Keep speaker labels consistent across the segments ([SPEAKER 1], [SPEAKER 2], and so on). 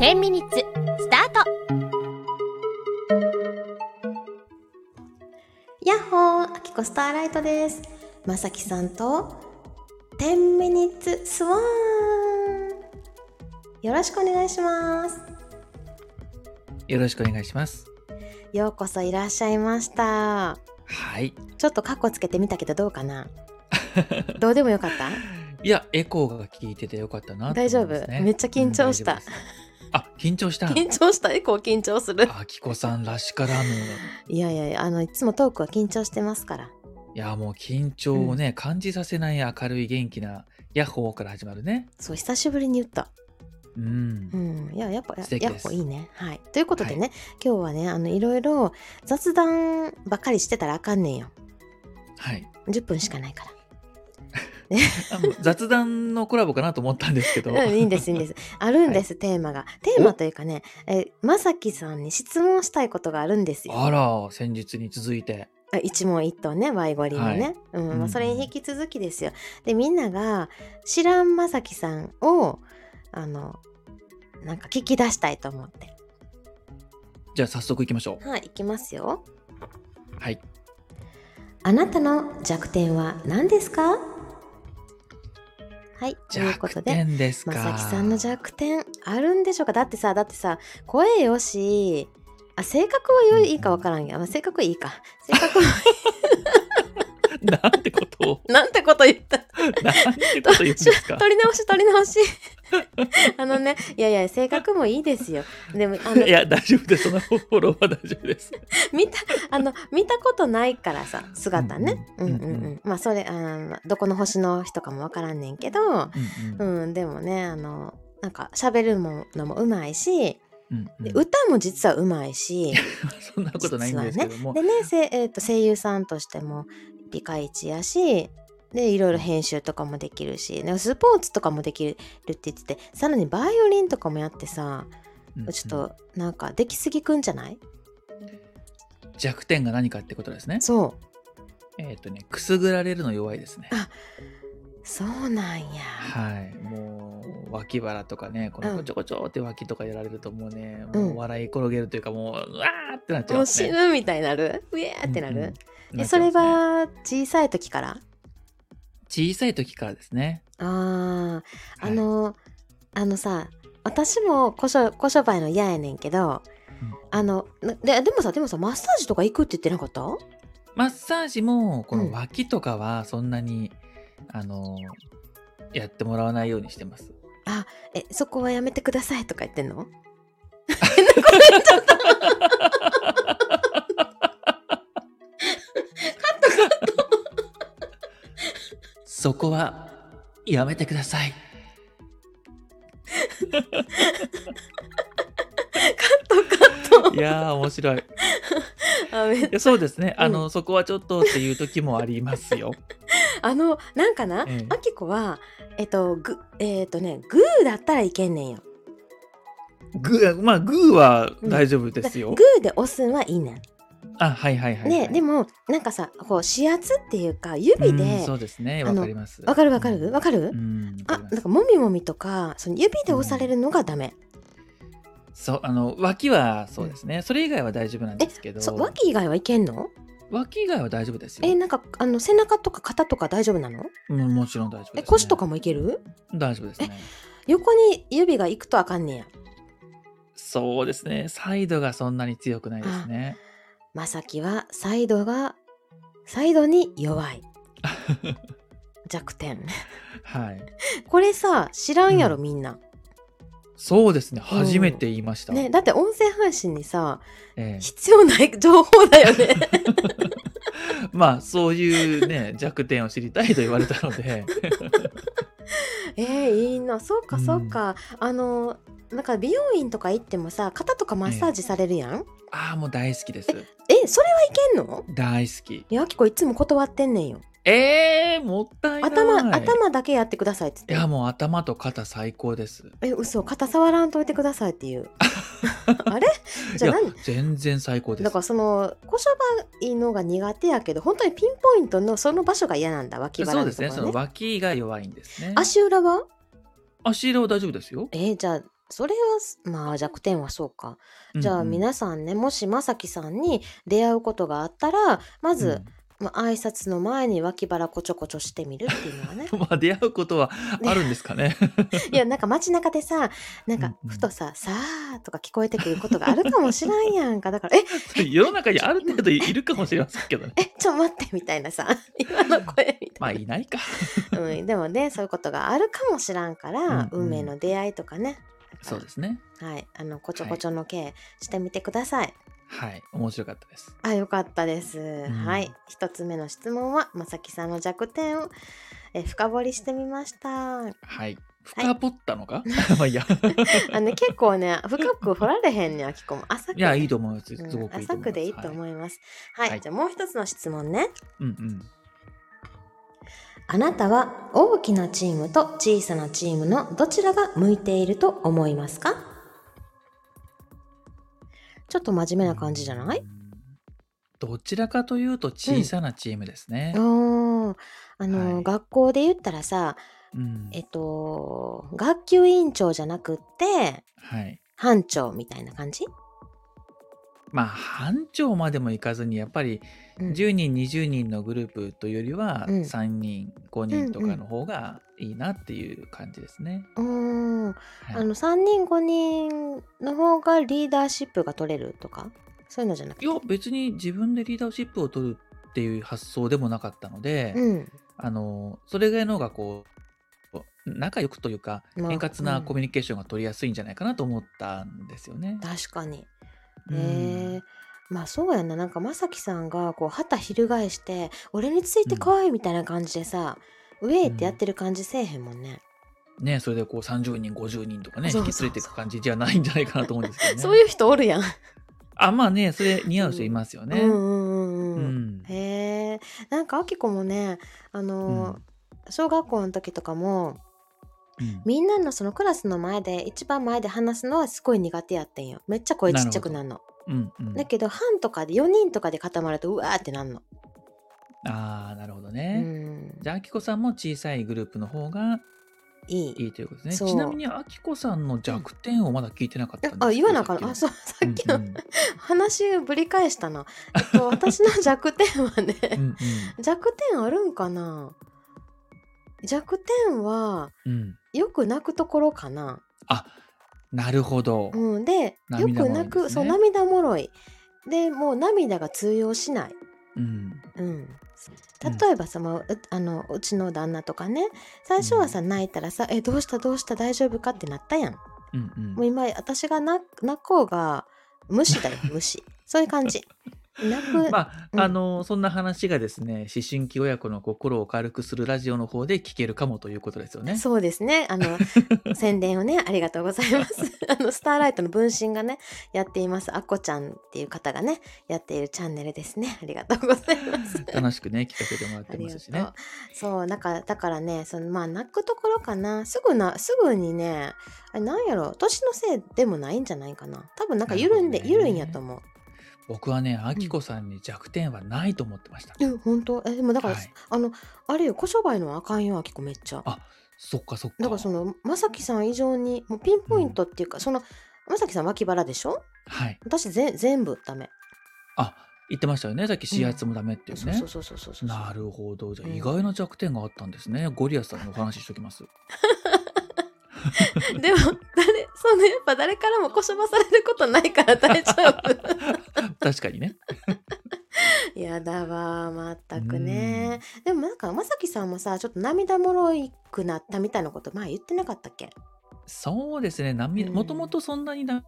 [SPEAKER 1] 10ミニッツスタート
[SPEAKER 2] やっほーあきこスターライトですまさきさんと10ミニッツスワンよろしくお願いします
[SPEAKER 3] よろしくお願いします。
[SPEAKER 2] ようこそいらっしゃいました
[SPEAKER 3] はい。
[SPEAKER 2] ちょっとカッコつけてみたけどどうか などうでもよかった
[SPEAKER 3] いや、エコーが効いててよかったなと思い
[SPEAKER 2] 大
[SPEAKER 3] ます
[SPEAKER 2] 丈
[SPEAKER 3] ね、
[SPEAKER 2] 夫めっちゃ緊張した
[SPEAKER 3] うん大丈夫ですあ、緊張した。
[SPEAKER 2] 緊張したエコー緊張する
[SPEAKER 3] あきこさんらしから ぬ。
[SPEAKER 2] いやいやいやあのいつもトークは緊張してますから
[SPEAKER 3] いや、もう緊張をね、感じさせない明るい元気なヤッホーから始まるね。
[SPEAKER 2] そう久しぶりに言った
[SPEAKER 3] う。
[SPEAKER 2] うんん、いややっぱや
[SPEAKER 3] 素敵
[SPEAKER 2] や
[SPEAKER 3] です
[SPEAKER 2] っぱいいね。はい、ということでね、今日はねあのいろいろ雑談ばっかりしてたらあかんねんよ
[SPEAKER 3] はい。
[SPEAKER 2] 10分しかないから。
[SPEAKER 3] あもう雑談のコラボかなと思ったんで すけど。
[SPEAKER 2] うん、いいんですいいんです。あるん です、テーマが。テーマというかねえまさきさんに質問したいことがあるんですよ。
[SPEAKER 3] あら、先日に続いて。
[SPEAKER 2] あ一問一答ねワイゴリのね。うん
[SPEAKER 3] うん
[SPEAKER 2] ま
[SPEAKER 3] う
[SPEAKER 2] あ、
[SPEAKER 3] ん
[SPEAKER 2] それに引き続きですよ。でみんなが知らんまさきさんをあのなんか聞き出したいと思って。
[SPEAKER 3] じゃあ早速行きましょ
[SPEAKER 2] はい、いきますよ。
[SPEAKER 3] う。はい。
[SPEAKER 2] あなたの弱点は何ですかはい、ということ
[SPEAKER 3] 弱
[SPEAKER 2] で、
[SPEAKER 3] 点ですか。
[SPEAKER 2] まさきさんの弱点あるんでしょうかだってさ、だってさ、声よし、あ、性格は良いいいかわからんけど、まあ、性格いいか。性格は
[SPEAKER 3] なんてことを、
[SPEAKER 2] なんてこと言った。
[SPEAKER 3] なんてこと言うんですか。
[SPEAKER 2] 取り直し、取り直し。 あのね、いやいや、性格もいいですよ。でも、あの
[SPEAKER 3] い、や、大丈夫です。そのフォローは大丈夫です。
[SPEAKER 2] 見た、あの、見たことないからさ、姿ね。う
[SPEAKER 3] うんん
[SPEAKER 2] う
[SPEAKER 3] うんん
[SPEAKER 2] うん。まあ、それ、あーまあどこの星の人かもわからんねんけど、
[SPEAKER 3] うんうん
[SPEAKER 2] うん、でもねあのなんか喋るものもうまいし、
[SPEAKER 3] うんう
[SPEAKER 2] で
[SPEAKER 3] ん
[SPEAKER 2] 歌も実はうまいし
[SPEAKER 3] そんなことないんですけども、
[SPEAKER 2] でねせ、えー、と声優さんとしてもピカイチやしでいろいろ編集とかもできるしでスポーツとかもできるって言っててさらにバイオリンとかもやってさ
[SPEAKER 3] うんうん
[SPEAKER 2] ちょっとなんかできすぎくんじゃない、
[SPEAKER 3] 弱点が何かってことですね。
[SPEAKER 2] そ
[SPEAKER 3] えっ、とね、くすぐられるの弱いですね。
[SPEAKER 2] あうそうなんや
[SPEAKER 3] はい、もう脇腹とかね、こ
[SPEAKER 2] うん
[SPEAKER 3] のこちょこちょって脇とかやられるともうね、
[SPEAKER 2] うん
[SPEAKER 3] もう笑い転げるというかもううわーってなっちゃい
[SPEAKER 2] も
[SPEAKER 3] ま
[SPEAKER 2] う
[SPEAKER 3] す
[SPEAKER 2] 死
[SPEAKER 3] ね。
[SPEAKER 2] ぬみたいになるうえーってなる、
[SPEAKER 3] うんうん
[SPEAKER 2] で
[SPEAKER 3] なっち
[SPEAKER 2] そ
[SPEAKER 3] ゃ
[SPEAKER 2] れ
[SPEAKER 3] いますね
[SPEAKER 2] は小さい時から
[SPEAKER 3] 小さい時からですね。
[SPEAKER 2] ああ、
[SPEAKER 3] はい
[SPEAKER 2] あのあのさ私もこしょこしょばいの嫌やねんけど、
[SPEAKER 3] うん
[SPEAKER 2] あのなででもさでもさマッサージとか行くって言ってなかった
[SPEAKER 3] マッサージもこ
[SPEAKER 2] うん
[SPEAKER 3] の脇とかはそんなに、あのやってもらわないようにしてます。
[SPEAKER 2] えそこはやめてくださいとか言ってんの
[SPEAKER 3] そこはやめてください。いやー面白い。い
[SPEAKER 2] あめ
[SPEAKER 3] やそうですね。
[SPEAKER 2] うん
[SPEAKER 3] あの、そこはちょっとっていう時もありま すよ。
[SPEAKER 2] あのなんかな、
[SPEAKER 3] ええ
[SPEAKER 2] あきこはえっとグえっとねグーだったらいけんねんよ
[SPEAKER 3] グーまあグーは大丈夫ですよ。
[SPEAKER 2] グーで押すんはいいねん、
[SPEAKER 3] あはいはいはい、
[SPEAKER 2] ねでもなんかさこう指圧っていうか指
[SPEAKER 3] うん
[SPEAKER 2] で
[SPEAKER 3] そうですね。
[SPEAKER 2] あ
[SPEAKER 3] わ
[SPEAKER 2] の
[SPEAKER 3] かります。
[SPEAKER 2] わかるわかるわ
[SPEAKER 3] か
[SPEAKER 2] かる、
[SPEAKER 3] うん。わか
[SPEAKER 2] あ
[SPEAKER 3] ります
[SPEAKER 2] なんかもみもみとかその指で押されるのがダメ、
[SPEAKER 3] そうあの脇はそうですね。それ以外は大丈夫なんですけど。
[SPEAKER 2] そ脇以外はいけんの
[SPEAKER 3] 脇以外は大丈夫ですよ。
[SPEAKER 2] えなんかあの背中とか肩とか大丈夫なの、
[SPEAKER 3] うんもちろん大丈夫です、
[SPEAKER 2] え
[SPEAKER 3] ね。
[SPEAKER 2] 腰とかもいける
[SPEAKER 3] 大丈夫ですね。
[SPEAKER 2] 横に指が行くとあかんねや
[SPEAKER 3] そうですね。サイドがそんなに強くないですね。
[SPEAKER 2] まさきはサイドがサイドに弱い弱点
[SPEAKER 3] はい。
[SPEAKER 2] これさ知らんやろ、
[SPEAKER 3] う
[SPEAKER 2] みんな、
[SPEAKER 3] そうですね。
[SPEAKER 2] うん
[SPEAKER 3] 初めて言いました。
[SPEAKER 2] ね、だって音声配信にさ
[SPEAKER 3] ええ
[SPEAKER 2] 必要ない情報だよ ね
[SPEAKER 3] まあそういうね 弱点を知りたいと言われたので
[SPEAKER 2] えー、いいなそうかそうか、あのなんか美容院とか行ってもさ肩とかマッサージされるやん、
[SPEAKER 3] ああもう大好きです
[SPEAKER 2] えそれはいけんの
[SPEAKER 3] 大好き
[SPEAKER 2] いやあきこいつも断ってんねんよ
[SPEAKER 3] えー、もったいない
[SPEAKER 2] 頭頭だけやってくださいって
[SPEAKER 3] い
[SPEAKER 2] 言って
[SPEAKER 3] やもう頭と肩最高です
[SPEAKER 2] え嘘肩触らんといてくださいっていう あれじゃあ
[SPEAKER 3] いや
[SPEAKER 2] 何
[SPEAKER 3] 全然最高です
[SPEAKER 2] だからそのこしょばいのが苦手やけど本当にピンポイントのその場所が嫌なんだ脇腹
[SPEAKER 3] そう
[SPEAKER 2] のと
[SPEAKER 3] です
[SPEAKER 2] ころ、
[SPEAKER 3] ね
[SPEAKER 2] ね
[SPEAKER 3] その脇が弱いんですね
[SPEAKER 2] 足裏は
[SPEAKER 3] 足裏は大丈夫ですよ
[SPEAKER 2] えーじゃあそれはすまあ弱点はそうかじゃあ
[SPEAKER 3] な
[SPEAKER 2] 皆さんねもしまさきさんに出会うことがあったらまず、まあ挨拶の前に脇腹こちょこちょしてみるっていうのは ね
[SPEAKER 3] まあ出会うことはあるんですかね。
[SPEAKER 2] いやなんか街中でさなんか
[SPEAKER 3] うんうん
[SPEAKER 2] ふとさ「さあ」とか聞こえてくることがあるかもしらんやんかだから「え
[SPEAKER 3] 世の中にある程度いるかもしれませんけどね。
[SPEAKER 2] えちょ待って」みたいなさ 今の声みたいな、
[SPEAKER 3] まあいないか。
[SPEAKER 2] うん、でもねそういうことがあるかもしらんから、
[SPEAKER 3] うんうん
[SPEAKER 2] 運命の出会いとかね
[SPEAKER 3] そうですね。
[SPEAKER 2] はいあのこちょこちょの系してみてください、
[SPEAKER 3] はい。面白かったです。
[SPEAKER 2] あよかったです、
[SPEAKER 3] ん
[SPEAKER 2] はい一つ目の質問はまさきさんの弱点をえ深掘りしてみました
[SPEAKER 3] はい。深掘ったのか、まあ いいや。
[SPEAKER 2] あの ね、結構ね深く掘られへんねあきこも浅く
[SPEAKER 3] いや、いいと思います。
[SPEAKER 2] うん
[SPEAKER 3] すごくいいと
[SPEAKER 2] 浅
[SPEAKER 3] 思います。
[SPEAKER 2] くでいいと
[SPEAKER 3] は
[SPEAKER 2] 思いますはい、
[SPEAKER 3] はい
[SPEAKER 2] じゃあもう一つの質問ね
[SPEAKER 3] いうんうん。
[SPEAKER 2] あなたは大きなチームと小さなチームのどちらが向いていると思いますかちょっと真面目な感じじゃない
[SPEAKER 3] どちらかというと小さなチームですね。
[SPEAKER 2] うんあの、
[SPEAKER 3] はい
[SPEAKER 2] 学校で言ったらさ
[SPEAKER 3] うん
[SPEAKER 2] えっと学級委員長じゃなくって
[SPEAKER 3] はい。
[SPEAKER 2] 班長みたいな感じ、
[SPEAKER 3] まあ、班長までもいかずに、やっぱり
[SPEAKER 2] うん
[SPEAKER 3] 10人、20人のグループというよりは、
[SPEAKER 2] うん
[SPEAKER 3] 3人、5人とかの方がいいなっていう感じですね。
[SPEAKER 2] うんあ
[SPEAKER 3] はい
[SPEAKER 2] の3人5人の方がリーダーシップが取れるとかそういうのじゃなく
[SPEAKER 3] い
[SPEAKER 2] て
[SPEAKER 3] や、別に自分でリーダーシップを取るっていう発想でもなかったので、
[SPEAKER 2] うん
[SPEAKER 3] あのそれぐらいの方がこう仲良くというか、
[SPEAKER 2] まあ
[SPEAKER 3] 円滑
[SPEAKER 2] う
[SPEAKER 3] なんコミュニケーションが取りやすいんじゃないかなと思ったんですよね。
[SPEAKER 2] 確かにへ
[SPEAKER 3] うん
[SPEAKER 2] えまあそうやんななんかまさきさんがこう旗翻して「俺についてこい」みたいな感じでさ「ウェイ!」ってやってる感じせえへんもんね、
[SPEAKER 3] ね、それでこう30人50人とかね
[SPEAKER 2] そう
[SPEAKER 3] 引
[SPEAKER 2] そうそう
[SPEAKER 3] き連れていく感じじゃないんじゃないかなと思うんですけどね。
[SPEAKER 2] そういう人おるやん、
[SPEAKER 3] あまあねそれ似合う人いますよね。
[SPEAKER 2] うん
[SPEAKER 3] ん
[SPEAKER 2] うんうんうんへえなんかあきこもねあのー、小学校の時とかも
[SPEAKER 3] うん
[SPEAKER 2] みんなのそのクラスの前で一番前で話すのはすごい苦手やってんよめっちゃ声ちっちゃくなるの
[SPEAKER 3] うんうん
[SPEAKER 2] だけど班とかで4人とかで固まるとうわーってなんの。
[SPEAKER 3] ああなるほど
[SPEAKER 2] う
[SPEAKER 3] ね。
[SPEAKER 2] ん、
[SPEAKER 3] じゃああきこさんも小さいグループの方が
[SPEAKER 2] いい。
[SPEAKER 3] いいということです
[SPEAKER 2] そ
[SPEAKER 3] ね。
[SPEAKER 2] う
[SPEAKER 3] ちなみにあきこさんの弱点をまだ聞いてなかったんですけど
[SPEAKER 2] あ言わなあかんあそ
[SPEAKER 3] さ
[SPEAKER 2] うさっ
[SPEAKER 3] っ
[SPEAKER 2] き
[SPEAKER 3] き
[SPEAKER 2] の、
[SPEAKER 3] のうん
[SPEAKER 2] 話ぶり返したな、えっと、 私の弱点はね、
[SPEAKER 3] うんうん
[SPEAKER 2] 弱点あるんかな弱点は
[SPEAKER 3] うんうん
[SPEAKER 2] よく泣くところかな、
[SPEAKER 3] あなるほど。
[SPEAKER 2] うん、でよ
[SPEAKER 3] 涙
[SPEAKER 2] く
[SPEAKER 3] もろい
[SPEAKER 2] 泣
[SPEAKER 3] ん
[SPEAKER 2] く
[SPEAKER 3] です
[SPEAKER 2] そう
[SPEAKER 3] ね
[SPEAKER 2] 涙もろいでもう涙が通用しない
[SPEAKER 3] うん
[SPEAKER 2] うん、
[SPEAKER 3] うん
[SPEAKER 2] 例えばさ、まあうあのうちの旦那とかね最初はさ泣いたらさ「えどうしたどうした大丈夫か?」ってなったやん
[SPEAKER 3] うんうん
[SPEAKER 2] もう今私が泣泣こうが無視だよ無視そういう感じ泣く、
[SPEAKER 3] まあ、
[SPEAKER 2] うん
[SPEAKER 3] あのそんな話がですね思春期親子の心を軽くするラジオの方で聞けるかもということですよね。
[SPEAKER 2] そうですねあ の宣伝をねありがとうございますあのスターライトの分身がねやっていますあこちゃんっていう方がねやっているチャンネルですねありがとうござい ます
[SPEAKER 3] 楽しくね聞かせてもらっ
[SPEAKER 2] あ
[SPEAKER 3] て
[SPEAKER 2] り
[SPEAKER 3] ま
[SPEAKER 2] が
[SPEAKER 3] すし
[SPEAKER 2] と
[SPEAKER 3] ね
[SPEAKER 2] う。そうなんかだからねそのまあ泣くところかなすぐなすぐにねあれなんやろ年のせいでもないんじゃないかな多分なんか緩んで、
[SPEAKER 3] なるほどね
[SPEAKER 2] 緩いんやと思う
[SPEAKER 3] 僕はねあきこさんに弱点はないと思ってました。
[SPEAKER 2] え本当えでもだから、
[SPEAKER 3] はい
[SPEAKER 2] あのあれよ小商売のはあかんよあきこめっちゃ
[SPEAKER 3] あそっかそっか。
[SPEAKER 2] だからそのまさきさん以上にもうピンポイントっていうか、そのまさきさん脇腹でしょ
[SPEAKER 3] はい。
[SPEAKER 2] 私ぜ全部ダメ、
[SPEAKER 3] あ言ってましたよねさっき指圧もダメっていう
[SPEAKER 2] そう
[SPEAKER 3] ね
[SPEAKER 2] そう。そうそうそうそう
[SPEAKER 3] なるほどじゃあ
[SPEAKER 2] うん
[SPEAKER 3] 意外な弱点があったんですね、ゴリアスさんのお話ししと きます
[SPEAKER 2] でも誰そのやっぱ誰からもこしょばされることないから大丈夫
[SPEAKER 3] 確かにね
[SPEAKER 2] やだわー全くねでもなんかまさきさんもさちょっと涙もろいくなったみたいなこと前言ってなかったっけ
[SPEAKER 3] そうですね涙
[SPEAKER 2] うん
[SPEAKER 3] もともとそんなに涙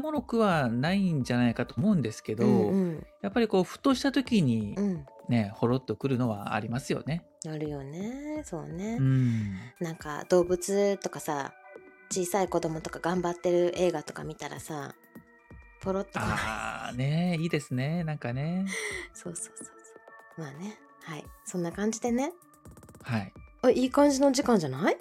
[SPEAKER 3] もろくはないんじゃないかと思うんですけど、
[SPEAKER 2] うんうん
[SPEAKER 3] やっぱりこうふとした時に
[SPEAKER 2] うん
[SPEAKER 3] ね、ほろっとくるのはありますよね。
[SPEAKER 2] あるよねそうね、
[SPEAKER 3] うん、
[SPEAKER 2] なんか動物とかさ小さい子供とか頑張ってる映画とか見たらさポロッとか
[SPEAKER 3] ああねいいですねなんかね
[SPEAKER 2] そうそうそうそうまあねはいそんな感じでね
[SPEAKER 3] はい
[SPEAKER 2] あいい感じの時間じゃない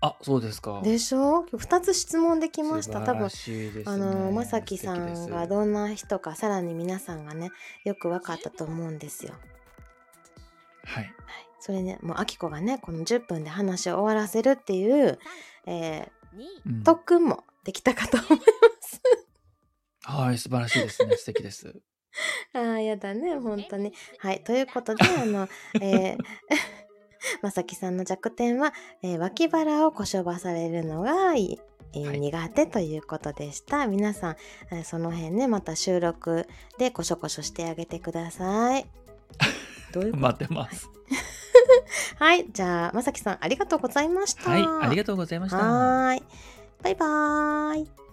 [SPEAKER 3] あそうですか。
[SPEAKER 2] でしょ今日2つ質問できまし
[SPEAKER 3] 素
[SPEAKER 2] た
[SPEAKER 3] 晴
[SPEAKER 2] 多分
[SPEAKER 3] らしいですね
[SPEAKER 2] あのまさきさんが
[SPEAKER 3] 素
[SPEAKER 2] どんな人かさらに皆さんがねよく分かったと思うんですよ。はい、
[SPEAKER 3] 敵ですはい
[SPEAKER 2] それねもうあきこがねこの10分で話を終わらせるっていう、えー
[SPEAKER 3] うん
[SPEAKER 2] 特訓もできたかと思います。
[SPEAKER 3] はい、素晴らしいですね。素 敵です。
[SPEAKER 2] あ あ、やだね、本当に。はい、ということで、あ の、えー、まさきさんの弱点は、えー脇腹をこしょばされるのがい、えー
[SPEAKER 3] はい
[SPEAKER 2] 苦手ということでした。皆さん、えーその辺ね、また収録でこしょこしょしてあげてください。 どういうこと
[SPEAKER 3] 待ってます。
[SPEAKER 2] はい、じゃあ、まさきさん、ありがとうございました。
[SPEAKER 3] はい、あ
[SPEAKER 2] がと
[SPEAKER 3] りがとうございま
[SPEAKER 2] う
[SPEAKER 3] した。
[SPEAKER 2] はーい。バイバーイ。